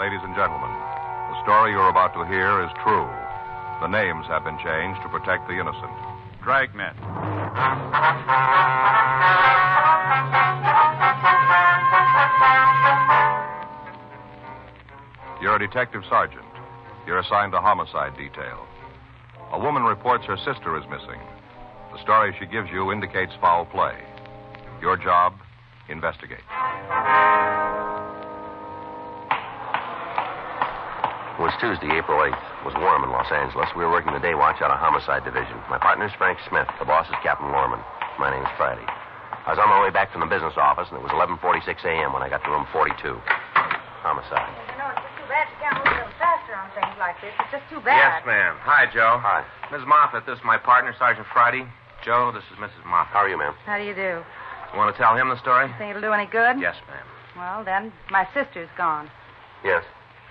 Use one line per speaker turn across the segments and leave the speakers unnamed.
Ladies and gentlemen, the story you're about to hear is true. The names have been changed to protect the innocent.
Dragnet.
You're a detective sergeant. You're assigned to homicide detail. A woman reports her sister is missing. The story she gives you indicates foul play. Your job, investigate.
It was Tuesday, April 8th. It was warm in Los Angeles. We were working the day watch out of Homicide Division. My partner's Frank Smith. The boss is Captain Lorman. My name's Friday. I was on my way back from the business office, and it was 11.46 a.m. when I got to room 42. Homicide.
You know, it's just too bad you can't move a little faster on things like this. It's just too
Yes,
bad.
ma'am. Hi, Joe.
Hi.
Miss Moffat, this is my partner, Sergeant Friday. Joe, this is Mrs. Moffat.
How are you, ma'am?
How do you do?
Want to tell him the story?
Think it'll do any good?
Yes, ma'am.
Well, then, my sister's gone.
Yes.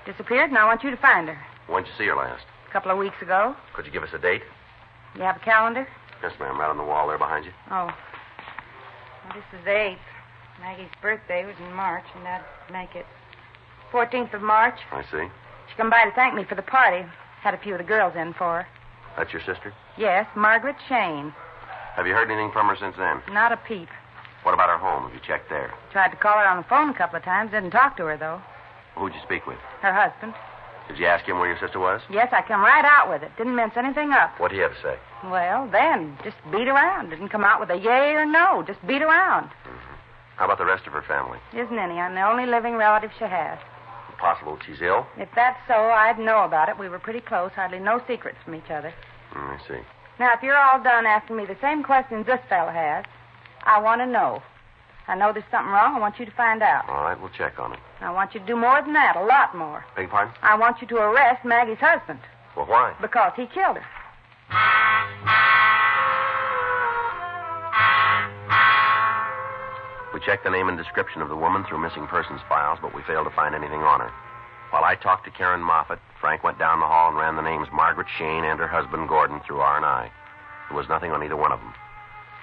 Disappeared, and I want you to find her.
When'd you see her last?
A couple of weeks ago.
Could you give us a date?
You have a calendar?
Yes, ma'am. Right on the wall there behind you.
Oh. Well, this is the 8th. Maggie's birthday was in March, and that'd make it 14th of March.
I see.
She come by to thank me for the party. Had a few of the girls in for her.
That's your sister?
Yes, Margaret Shane.
Have you heard anything from her since then?
Not a peep.
What about her home? Have you checked there?
Tried to call her on the phone a couple of times. Didn't talk to her, though.
Who'd you speak with?
Her husband.
Did you ask him where your sister was?
Yes, I come right out with it. Didn't mince anything up.
What'd he have to say?
Well, then, just beat around. Didn't come out with a yay or no. Just beat around.
How about the rest of her family?
Isn't any. I'm the only living relative she has.
Possible she's ill?
If that's so, I'd know about it. We were pretty close, hardly no secrets from each other.
Mm, I see.
Now, if you're all done asking me the same questions this fellow has, I want to know. I know there's something wrong. I want you to find out.
All right, we'll check on it.
I want you to do more than that, a lot more.
Beg your pardon?
I want you to arrest Maggie's husband
Well, why?
because he killed her.
We checked the name and description of the woman through missing persons files, but we failed to find anything on her. While I talked to Karen Moffat, Frank went down the hall and ran the names Margaret Shane and her husband Gordon through R&I. There was nothing on either one oh of them.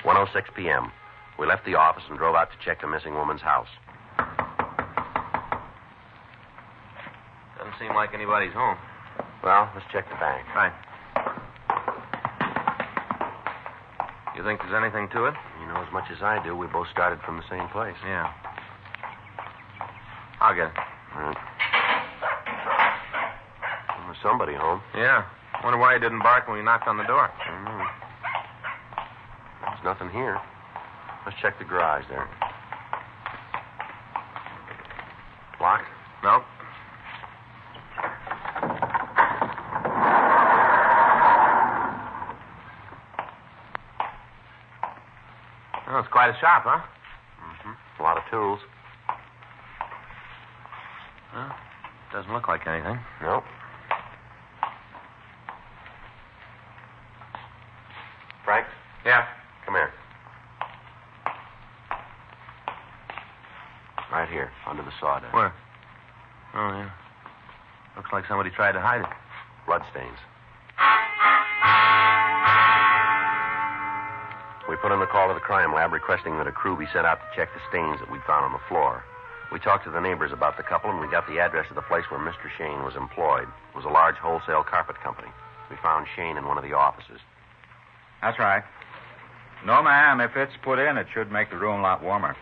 1.06 p.m. We left the office and drove out to check the missing woman's house.
Doesn't seem like anybody's home.
Well, let's check the bank.
Right. You think there's anything to it?
You know as much as I do, we both started from the same place.
Yeah. I'll get it.
All right. There was somebody home.
Yeah. Wonder why you didn't bark when we knocked on the door.
I don't know. Hmm. There's nothing here. Let's check the garage there. Locked?
No. Well, it's quite a shop, huh?
Mm-hmm. A lot of tools.
Doesn't look like anything.
Nope. Frank,
Yeah.
come here. Right here, under the sawdust.
Where? Oh, yeah. Looks like somebody tried to hide it.
Bloodstains. We put in a call to the crime lab requesting that a crew be sent out to check the stains that we'd found on the floor. We talked to the neighbors about the couple and we got the address of the place where Mr. Shane was employed. It was a large wholesale carpet company. We found Shane in one of the offices.
That's right. No, ma'am. If it's put in, it should make the room a lot warmer.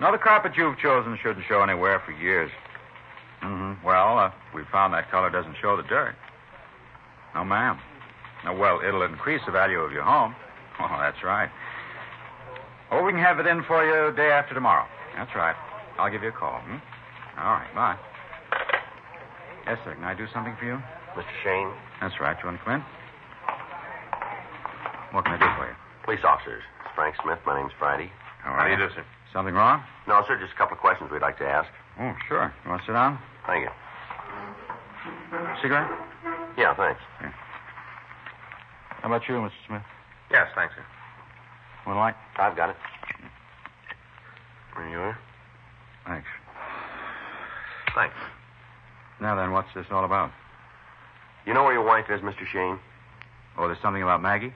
No, the carpet you've chosen shouldn't show anywhere for years. Mm-hmm. Well, uh, we found that color doesn't show the dirt. No, ma'am. No, well, it'll increase the value of your home. Oh, that's right. Oh, we can have it in for you day after tomorrow. That's right. I'll give you a call. Hmm? All right. Bye. Yes, sir. Can I do something for you?
Mr. Shane,
That's right. You want to come in? What can I do for you?
police officers. It's Frank Smith. My name's Friday.
All
How
right.
do you do, sir?
Something wrong?
No, sir, just a couple of questions we'd like to ask.
Oh, sure. You want to sit down?
Thank you.
Cigarette?
Yeah, thanks.
How about you, Mr. Smith?
Yes, thanks, sir.
One light?
I've got it. There you are.
Thanks.
Thanks.
Now then, what's this all about?
You know where your wife is, Mr. Shane?
Oh, there's something about Maggie?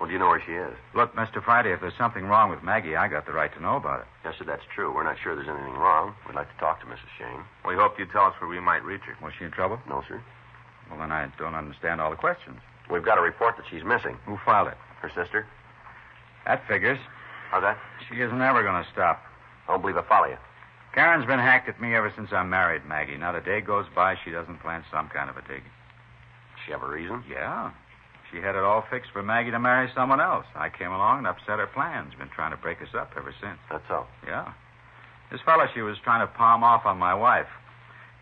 Well, do you know where she is?
Look, Mr. Friday, if there's something wrong with Maggie, I got the right to know about it.
Yes, sir, that's true. We're not sure there's anything wrong. We'd like to talk to Mrs. Shane.
We hope you tell us where we might reach her.
Was she in trouble?
No, sir.
Well, then I don't understand all the questions.
We've got a report that she's missing.
Who filed it?
Her sister?
That figures.
How's that?
She is never going to stop.
I don't believe I follow you.
Karen's been hacked at me ever since I married Maggie. Not a day goes by she doesn't plan some kind of a dig.
She have a reason?
Yeah. She had it all fixed for Maggie to marry someone else. I came along and upset her plans. Been trying to break us up ever since.
That's so.
Yeah. This fellow she was trying to palm off on my wife.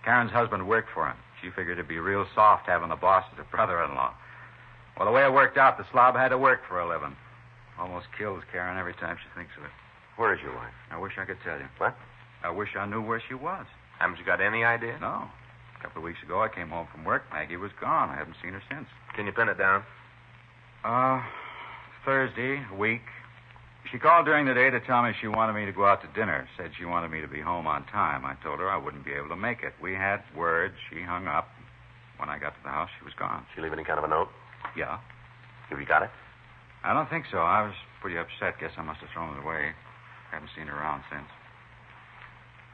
Karen's husband worked for him. She figured it'd be real soft having the boss as a brother in law. Well, the way it worked out, the slob had to work for a living. Almost kills Karen every time she thinks of it.
Where is your wife?
I wish I could tell you.
What?
I wish I knew where she was.
Haven't you got any idea?
No. A couple of weeks ago, I came home from work. Maggie was gone. I haven't seen her since.
Can you pin it down?
Uh, Thursday, a week. She called during the day to tell me she wanted me to go out to dinner. Said she wanted me to be home on time. I told her I wouldn't be able to make it. We had words. She hung up. When I got to the house, she was gone.
She leave any kind of a note?
Yeah.
Have you got it?
I don't think so. I was pretty upset. Guess I must have thrown it away. Haven't seen her around since.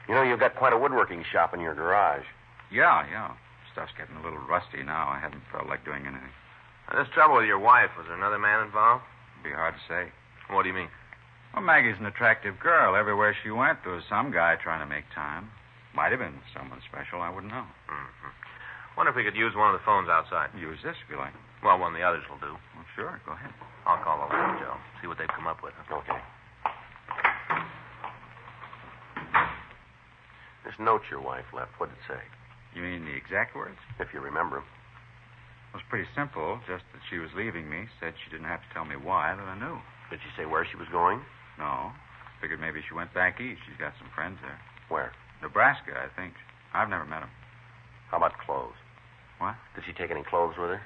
You know, you've got quite a woodworking shop in your garage.
Yeah, yeah. Stuff's getting a little rusty now. I haven't felt like doing anything.
Now, this trouble with your wife, was there another man involved?
It'd be hard to say.
What do you mean?
Well, Maggie's an attractive girl. Everywhere she went, there was some guy trying to make time. Might have been someone special. I wouldn't know.
Mm-hmm. Wonder if we could use one of the phones outside.
Use this if you like.
Well, one of the others will do.
Well, sure. Go ahead.
I'll call over to Joe, see what they've come up with.
Okay. This note your wife left, what did it say?
You mean the exact words?
If you remember 'em.
It was pretty simple. Just that she was leaving me. Said she didn't have to tell me why. That I knew.
Did she say where she was going?
No. Figured maybe she went back east. She's got some friends there.
Where?
Nebraska, I think. I've never met them.
How about clothes?
What?
Did she take any clothes with her?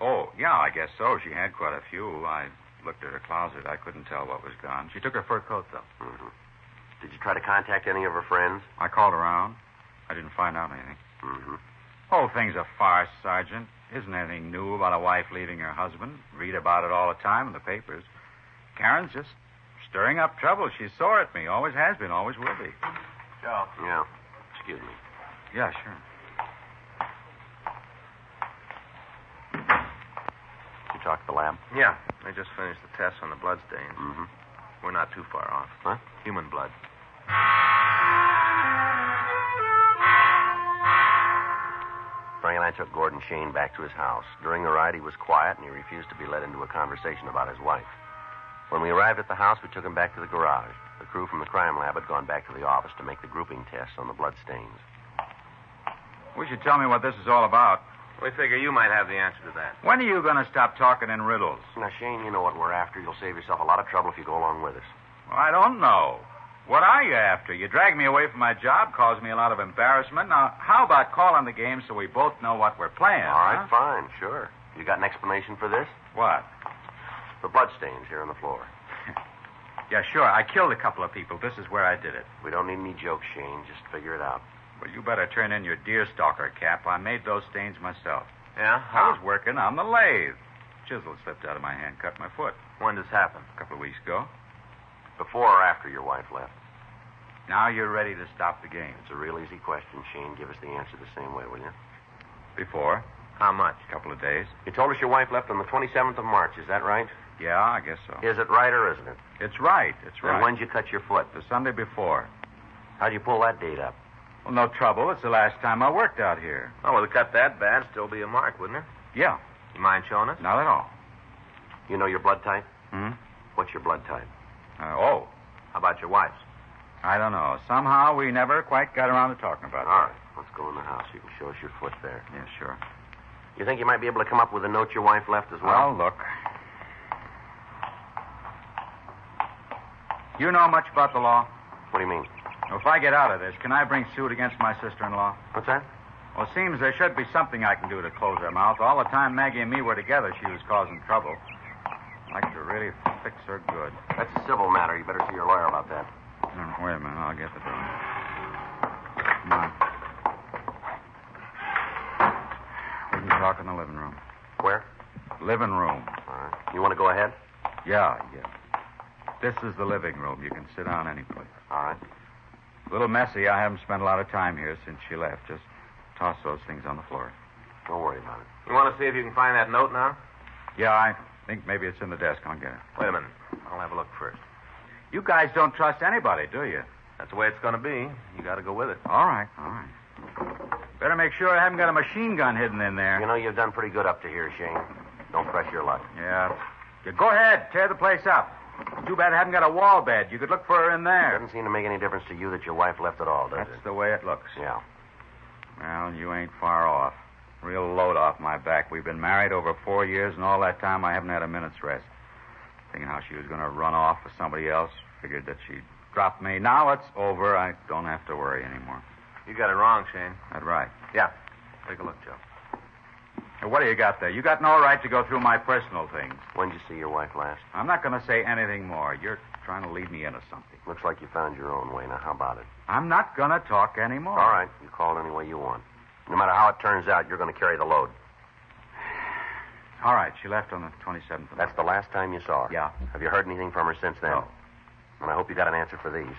Oh, yeah, I guess so. She had quite a few. I looked at her closet. I couldn't tell what was gone. She took her fur coat, though.
Mm-hmm. Did you try to contact any of her friends?
I called around. I didn't find out anything.
Mm-hmm.
Whole thing's a farce, Sergeant. Isn't anything new about a wife leaving her husband? Read about it all the time in the papers. Karen's just stirring up trouble. She's sore at me. Always has been, always will be.
Joe.
Yeah. Excuse me.
Yeah, sure.
You talked to the lab?
Yeah, they just finished the test on the blood stains.
Mm-hmm.
We're not too far off.
Huh?
Human blood.
Frank and I took Gordon Shane back to his house. During the ride, he was quiet and he refused to be led into a conversation about his wife. When we arrived at the house, we took him back to the garage. The crew from the crime lab had gone back to the office to make the grouping tests on the bloodstains.
Wish you'd tell me what this is all about.
We figure you might have the answer to that.
When are you going to stop talking in riddles?
Now, Shane, you know what we're after. You'll save yourself a lot of trouble if you go along with us.
Well, I don't know. What are you after? You drag me away from my job, caused me a lot of embarrassment. Now, how about calling the game so we both know what we're playing?
All right,
huh?
fine, sure. You got an explanation for this?
What?
The bloodstains here on the floor.
Yeah, sure. I killed a couple of people. This is where I did it.
We don't need any jokes, Shane. Just figure it out.
Well, you better turn in your deer stalker cap. I made those stains myself.
Yeah?
I was working on the lathe. Chisel slipped out of my hand, cut my foot
When does happen?
a couple of weeks ago.
Before or after your wife left?
Now you're ready to stop the game.
It's a real easy question, Shane. Give us the answer the same way, will you?
Before,
How much?
a couple of days.
You told us your wife left on the 27th of March. Is that right?
Yeah, I guess so.
Is it right or isn't it?
It's right. It's
And
right.
when'd you cut your foot?
The Sunday before.
How'd you pull that date up?
Well, no trouble. It's the last time I worked out here.
Oh, with a cut that bad, still be a mark, wouldn't it?
Yeah,
You mind showing us?
not at all.
You know your blood type?
Hmm?
What's your blood type?
Uh, oh,
How about your wife's?
I don't know. Somehow we never quite got around to talking about
All right. Let's go in the house. You can show us your foot there.
that. Ah, Yeah, sure.
You think you might be able to come up with a note your wife left as well?
Well, look. You know much about the law?
What do you mean?
Well, If I get out of this, can I bring suit against my sister in law?
What's that?
Well, it seems there should be something I can do to close her mouth. All the time Maggie and me were together, she was causing trouble. I'd like to really fix her good.
That's a civil matter. You better see your lawyer about that.
Mm, Wait a minute, I'll get the door. Hmm. Come on. We can talk in the living room.
Where?
Living room.
All right. You want to go ahead?
Yeah, yeah. This is the living room. You can sit down any place.
All right.
A little messy. I haven't spent a lot of time here since she left. Just toss those things on the floor.
Don't worry about it.
You want to see if you can find that note now?
Yeah, I think maybe it's in the desk. I'll get it.
Wait a minute. I'll have a look first.
You guys don't trust anybody, do you?
That's the way it's going to be. You got to go with it.
All right, all right. Better make sure I haven't got a machine gun hidden in there.
You know, you've done pretty good up to here, Shane. Don't press your luck.
Yeah. Yeah, Go ahead, tear the place up. Too bad I haven't got a wall bed. You could look for her in
It
there.
doesn't seem to make any difference to you that your wife left at all, does
That's the way it looks.
it? Yeah.
Well, you ain't far off. Real load off my back. We've been married over four years, and all that time I haven't had a minute's rest. Thinking how she was going to run off with somebody else. Figured that she'd drop me. Now it's over. I don't have to worry anymore.
You got it wrong, Shane.
That right.
Take a look, Joe.
Now, What do you got there? You got no right to go through my personal things.
When did you see your wife last?
I'm not going to say anything more. You're trying to lead me into something.
Looks like you found your own way. Now, how about it?
I'm not going to talk anymore.
All right. You call it any way you want. No matter how it turns out, you're going to carry the load.
All right. She left on the 27th. of
That's the last time you saw her.
Yeah.
Have you heard anything from her since then?
No.
And I hope you got an answer for these.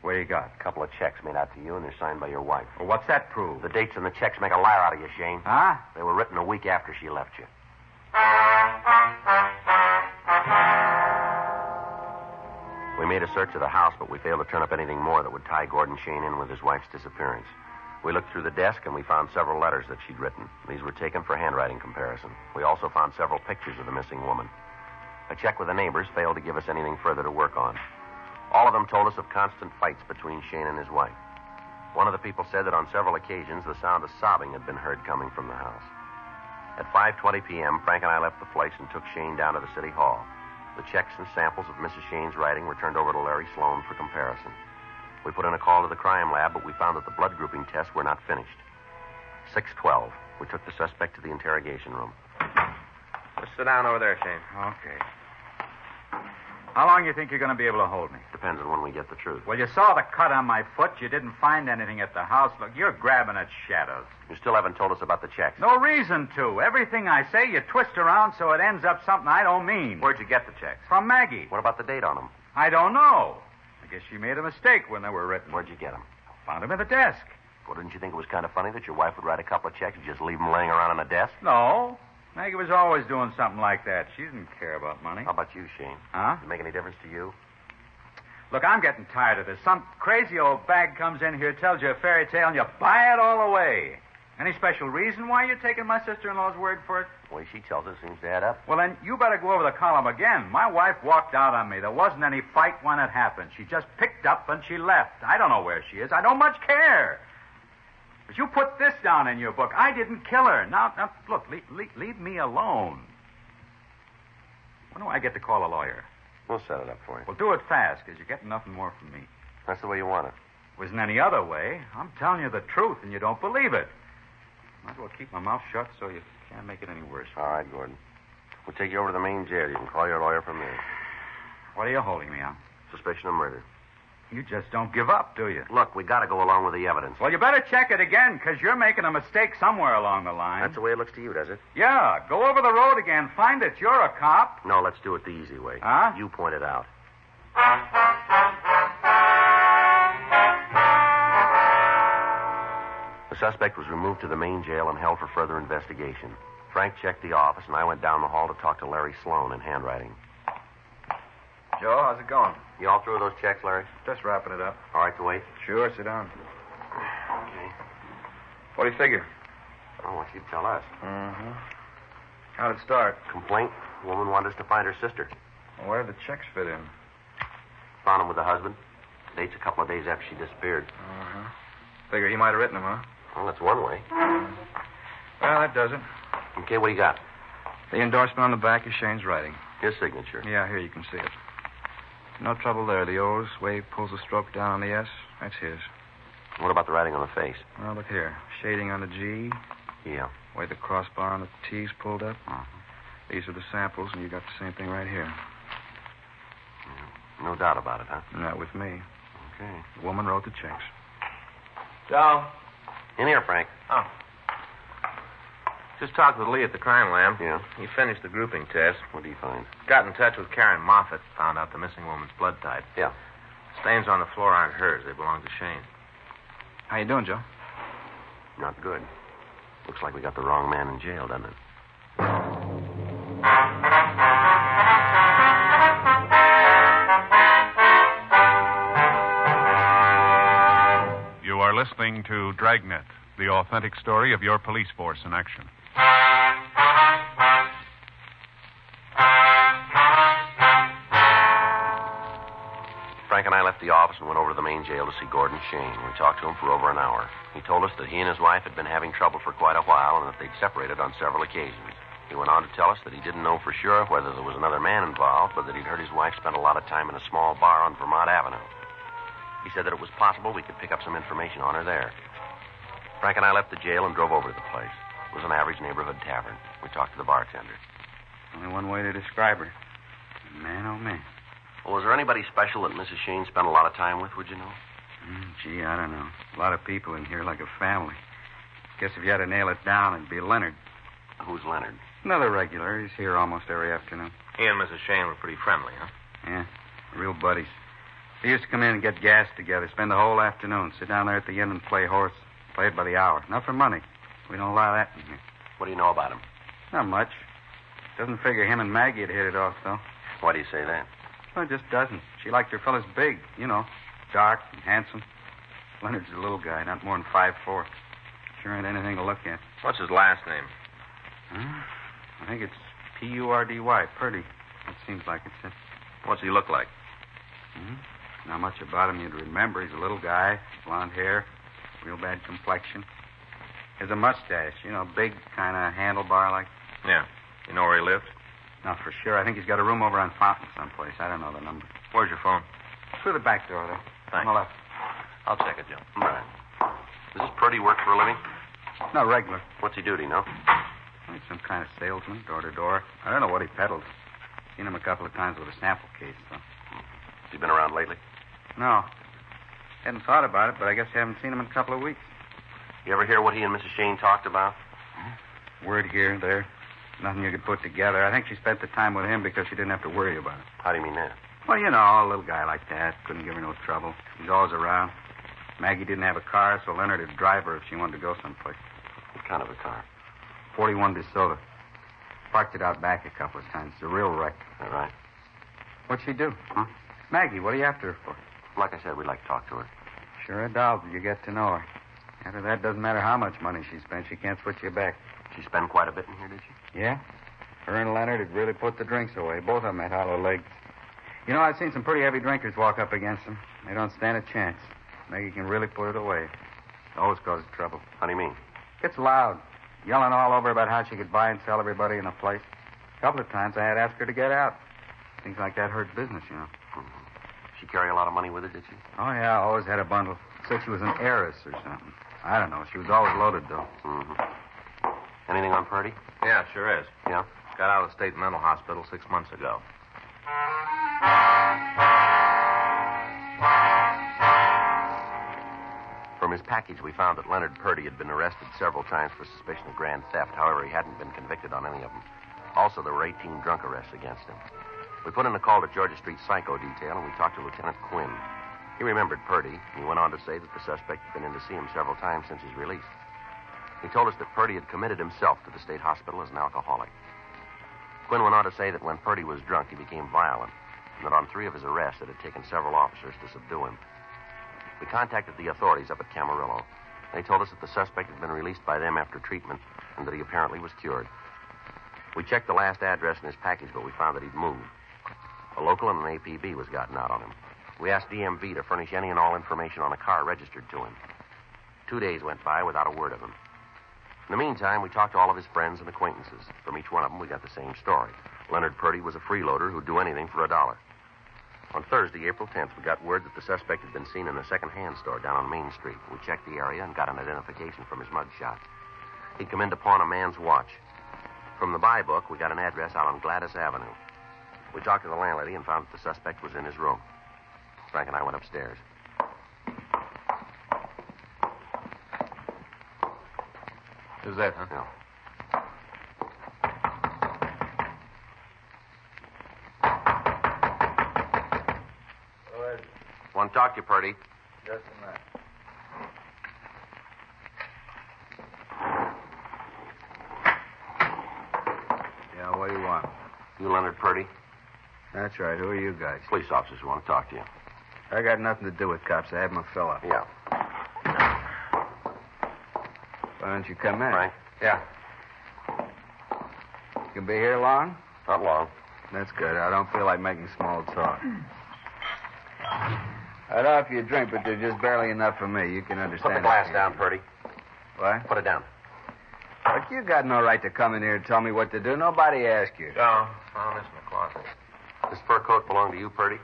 What do you got?
A couple of checks made out to you, and they're signed by your wife.
Well, what's that prove?
The dates on the checks make a liar out of you, Shane.
Huh?
They were written a week after she left you. We made a search of the house, but we failed to turn up anything more that would tie Gordon Shane in with his wife's disappearance. We looked through the desk and we found several letters that she'd written. These were taken for handwriting comparison. We also found several pictures of the missing woman. A check with the neighbors failed to give us anything further to work on. All of them told us of constant fights between Shane and his wife. One of the people said that on several occasions the sound of sobbing had been heard coming from the house. At 5:20 p.m., Frank and I left the place and took Shane down to the city hall. The checks and samples of Mrs. Shane's writing were turned over to Larry Sloan for comparison. We put in a call to the crime lab, but we found that the blood grouping tests were not finished. 6:12, we took the suspect to the interrogation room.
Just sit down over there, Shane.
Okay. How long do you think you're going to be able to hold me?
Depends on when we get the truth.
Well, you saw the cut on my foot. You didn't find anything at the house. Look, you're grabbing at shadows.
You still haven't told us about the checks.
No reason to. Everything I say, you twist around so it ends up something I don't mean.
Where'd you get the checks?
From Maggie.
What about the date on them?
I don't know. I guess she made a mistake when they were written.
Where'd you get them?
Found them at the desk.
Well, didn't you think it was kind of funny that your wife would write a couple of checks and just leave them laying around on a desk?
No. Maggie was always doing something like that. She didn't care about money.
How about you, Shane?
Huh?
Does it make any difference to you?
Look, I'm getting tired of this. Some crazy old bag comes in here, tells you a fairy tale, and you buy it all away. Any special reason why you're taking my sister in law's word for it?
The way she tells us seems to add up.
Well, then, you better go over the column again. My wife walked out on me. There wasn't any fight when it happened. She just picked up and she left. I don't know where she is. I don't much care. But you put this down in your book. I didn't kill her. Now, now look, leave, leave, leave me alone. When do I get to call a lawyer?
We'll set it up for you.
Well, do it fast, because you're getting nothing more from me.
That's the way you want it.
wasn't any other way. I'm telling you the truth, and you don't believe it. Might as well keep my mouth shut so you can't make it any worse.
All right, Gordon. We'll take you over to the main jail. You can call your lawyer from there.
What are you holding me on?
Suspicion of murder.
You just don't give up, do you?
Look, we got to go along with the evidence.
Well, you better check it again, because you're making a mistake somewhere along the line.
That's the way it looks to you, does it?
Yeah, go over the road again. Find it. You're a cop.
No, let's do it the easy way.
Huh?
You point it out. The suspect was removed to the main jail and held for further investigation. Frank checked the office, and I went down the hall to talk to Larry Sloan in handwriting.
Joe, how's it going?
You all through those checks, Larry?
Just wrapping it up.
All right to wait?
Sure, sit down.
Okay.
What do you figure?
I want you to tell us.
Mm-hmm. How'd it start?
Complaint? Woman wanted us to find her sister.
Where did the checks fit in?
Found him with the husband. Dates a couple of days after she disappeared.
Mm-hmm. Figure he might have written them, huh?
Well, that's one way.
Well, that does it.
Okay, what do you got?
The endorsement on the back is Shane's writing.
His signature.
Yeah, here you can see it. No trouble there. The O's, Wade pulls the stroke down on the S. That's his.
What about the writing on the face?
Well, look here. Shading on the G,
Yeah.
way the crossbar on the T's pulled up. Uh-huh.
Mhm.
These are the samples, and you got the same thing right here.
No doubt about it, huh?
Not with me.
Okay.
The woman wrote the checks.
Joe. In here, Frank.
Oh. Just talked with Lee at the crime lab.
Yeah?
He finished the grouping test.
What do you find?
Got in touch with Karen Moffat. Found out the missing woman's blood type.
Yeah.
Stains on the floor aren't hers. They belong to Shane.
How you doing, Joe?
Not good. Looks like we got the wrong man in jail, doesn't it?
You are listening to Dragnet, the authentic story of your police force in action.
Frank and I left the office and went over to the main jail to see Gordon Shane. We talked to him for over an hour. He told us that he and his wife had been having trouble for quite a while and that they'd separated on several occasions. He went on to tell us that he didn't know for sure whether there was another man involved, but that he'd heard his wife spent a lot of time in a small bar on Vermont Avenue. He said that it was possible we could pick up some information on her there. Frank and I left the jail and drove over to the place. It was an average neighborhood tavern. We talked to the bartender.
Only one way to describe her. Man, oh man.
Well, was there anybody special that Mrs. Shane spent a lot of time with, would you know?
Mm, gee, I don't know. A lot of people in here, like a family. Guess if you had to nail it down, it'd be Leonard.
Who's Leonard?
Another regular. He's here almost every afternoon.
He and Mrs. Shane were pretty friendly, huh?
Yeah, real buddies. They used to come in and get gas together, spend the whole afternoon, sit down there at the end and play horse. Play it by the hour. Not for money. We don't allow that in here.
What do you know about him?
Not much. Doesn't figure him and Maggie had hit it off, though.
Why do you say that?
No, it just doesn't. She liked her fellas big, you know, dark and handsome. Leonard's a little guy, not more than five four. Sure ain't anything to look at.
What's his last name?
Huh? I think it's P U R D Y, Purdy. That seems like it's it.
What's he look like?
Hmm? Not much about him you'd remember. He's a little guy, blonde hair, real bad complexion. Has a mustache, you know, big kind of handlebar like.
Yeah. You know where he lived?
Not for sure. I think he's got a room over on Fountain someplace. I don't know the number.
Where's your phone?
Through the back door, though.
Thanks.
On the left.
I'll check it, Joe.
All right. Does this Purdy work for a living?
No, regular.
What's he do, do you know?
He's some kind of salesman, door to door. I don't know what he peddles. Seen him a couple of times with a sample case, though.
Has he been around lately?
No. Hadn't thought about it, but I guess I haven't seen him in a couple of weeks.
You ever hear what he and Mrs. Shane talked about?
Word here, there. Nothing you could put together. I think she spent the time with him because she didn't have to worry about it.
How do you mean that?
Well, you know, a little guy like that couldn't give her no trouble. He's always around. Maggie didn't have a car, so Leonard would drive her if she wanted to go someplace.
What kind of a car?
41 DeSoto. Parked it out back a couple of times. It's a real wreck.
All right.
What'd she do? Huh? Maggie, what are you after her for?
Like I said, we'd like to talk to her.
Sure, a doll. You get to know her. After that, doesn't matter how much money she spent, she can't switch you back.
She spent quite a bit in here, did she?
Yeah? Her and Leonard had really put the drinks away. Both of them had hollow legs. You know, I've seen some pretty heavy drinkers walk up against them. They don't stand a chance. Maggie can really put it away. Always causes trouble.
How do you mean?
Gets loud, yelling all over about how she could buy and sell everybody in the place. A couple of times I had to ask her to get out. Things like that hurt business, you know.
She carry a lot of money with her, did she?
Oh, yeah, I always had a bundle. Said she was an heiress or something. I don't know. She was always loaded, though.
Mm-hmm. Anything on Purdy?
Yeah, sure is.
Yeah.
Got out of the state mental hospital six months ago.
From his package, we found that Leonard Purdy had been arrested several times for suspicion of grand theft. However, he hadn't been convicted on any of them. Also, there were 18 drunk arrests against him. We put in a call to Georgia Street Psycho Detail, and we talked to Lieutenant Quinn. He remembered Purdy, and he went on to say that the suspect had been in to see him several times since his release. He told us that Purdy had committed himself to the state hospital as an alcoholic. Quinn went on to say that when Purdy was drunk, he became violent, and that on three of his arrests, it had taken several officers to subdue him. We contacted the authorities up at Camarillo. They told us that the suspect had been released by them after treatment and that he apparently was cured. We checked the last address in his package, but we found that he'd moved. A local and an APB was gotten out on him. We asked DMV to furnish any and all information on a car registered to him. Two days went by without a word of him. In the meantime, we talked to all of his friends and acquaintances. From each one of them, we got the same story. Leonard Purdy was a freeloader who'd do anything for a dollar. On Thursday, April 10th, we got word that the suspect had been seen in a second-hand store down on Main Street. We checked the area and got an identification from his mugshot. He'd come in to pawn a man's watch. From the buy book, we got an address out on Gladys Avenue. We talked to the landlady and found that the suspect was in his room. Frank and I went upstairs.
Who's that, huh?
No. Want to talk to you, Purdy.
Just a minute. Yeah, what do you want?
You, Leonard Purdy?
That's right. Who are you guys?
Police officers who want to talk to you.
I got nothing to do with cops. I have my fill up.
Yeah.
Why don't you come in?
Frank?
Yeah. You can be here long?
Not long.
That's good. I don't feel like making small talk. I'd offer you a drink, but there's just barely enough for me. You can
Put
understand.
the glass down, Purdy.
What?
Put it down.
But you got no right to come in here and tell me what to do. Nobody asked you.
No, found this in the closet.
This fur coat belonged to you, Purdy.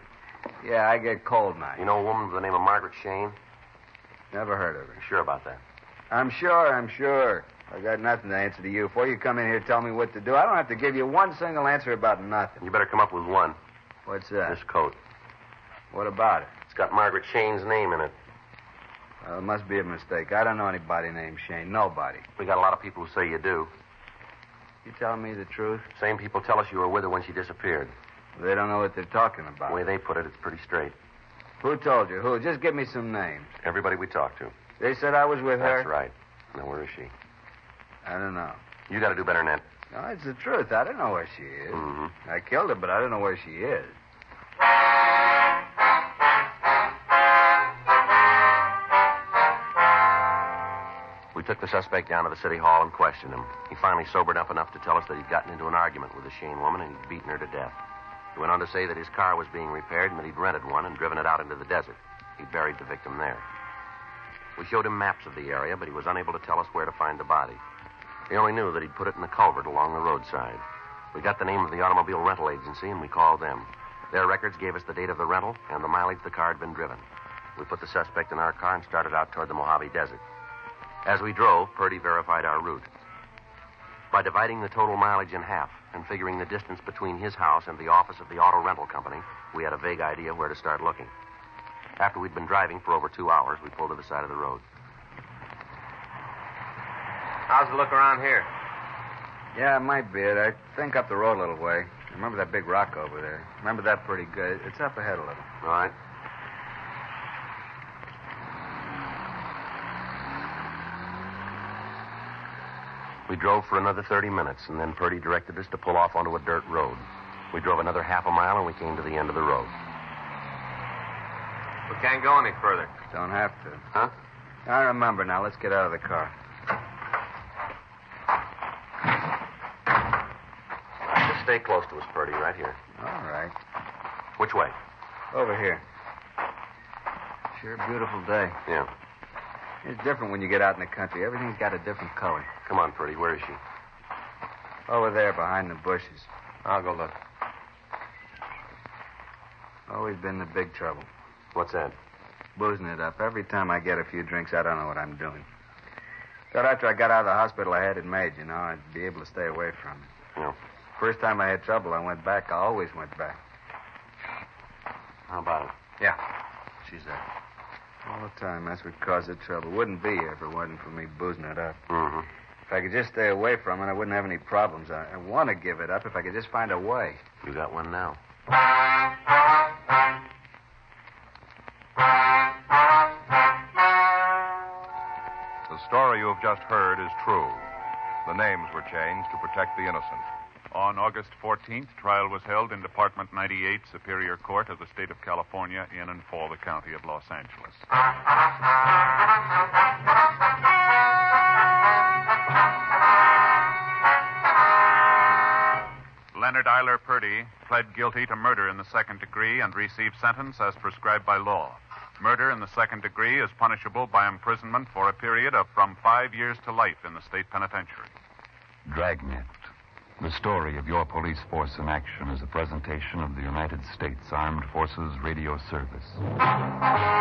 Yeah, I get cold nights.
You know a woman by the name of Margaret Shane?
Never heard of her.
You sure about that?
I'm sure, I'm sure. I got nothing to answer to you. Before you come in here, tell me what to do. I don't have to give you one single answer about nothing.
You better come up with one.
What's that?
This coat.
What about it?
It's got Margaret Shane's name in it.
Well, it must be a mistake. I don't know anybody named Shane. Nobody.
We got a lot of people who say you do.
You telling me the truth?
Same people tell us you were with her when she disappeared.
They don't know what they're talking about.
The way they put it, it's pretty straight.
Who told you? Who? Just give me some names.
Everybody we talked to.
They said I was with her.
That's right. Now, where is she?
I don't know.
You got to do better than that.
No, it's the truth. I don't know where she is.
Mhm.
I killed her, but I don't know where she is.
We took the suspect down to the city hall and questioned him. He finally sobered up enough to tell us that he'd gotten into an argument with the Shane woman and he'd beaten her to death. He went on to say that his car was being repaired and that he'd rented one and driven it out into the desert. He buried the victim there. We showed him maps of the area, but he was unable to tell us where to find the body. He only knew that he'd put it in the culvert along the roadside. We got the name of the automobile rental agency and we called them. Their records gave us the date of the rental and the mileage the car had been driven. We put the suspect in our car and started out toward the Mojave Desert. As we drove, Purdy verified our route. By dividing the total mileage in half and figuring the distance between his house and the office of the auto rental company, we had a vague idea where to start looking. After we'd been driving for over two hours, we pulled to the side of the road.
How's the look around here?
Yeah, it might be it. I think up the road a little way. I remember that big rock over there. Remember that pretty good. It's up ahead a little.
All right. We drove for another 30 minutes, and then Purdy directed us to pull off onto a dirt road. We drove another half a mile, and we came to the end of the road.
We can't go any further.
Don't have to.
Huh?
I remember now. Let's get out of the car.
Just stay close to us, Purdy, right here.
All right.
Which way?
Over here. Sure, beautiful day.
Yeah.
It's different when you get out in the country. Everything's got a different color.
Come on, Purdy. Where is she?
Over there behind the bushes.
I'll go look.
Always been the big trouble.
What's that?
Boozing it up. Every time I get a few drinks, I don't know what I'm doing. Thought after I got out of the hospital, I had it made, you know. I'd be able to stay away from it.
Yeah.
First time I had trouble, I went back. I always went back.
How about it?
Yeah.
She's there.
All the time. That's what caused the trouble. Wouldn't be here if it wasn't for me boozing it up.
Mm-hmm.
If I could just stay away from it, I wouldn't have any problems. I, I want to give it up if I could just find a way.
You got one now.
The story you have just heard is true. The names were changed to protect the innocent.
On August 14th, trial was held in Department 98, Superior Court of the State of California, in and for the County of Los Angeles. Leonard Eiler Purdy pled guilty to murder in the second degree and received sentence as prescribed by law. Murder in the second degree is punishable by imprisonment for a period of from five years to life in the state penitentiary.
Dragnet. The story of your police force in action is a presentation of the United States Armed Forces Radio Service.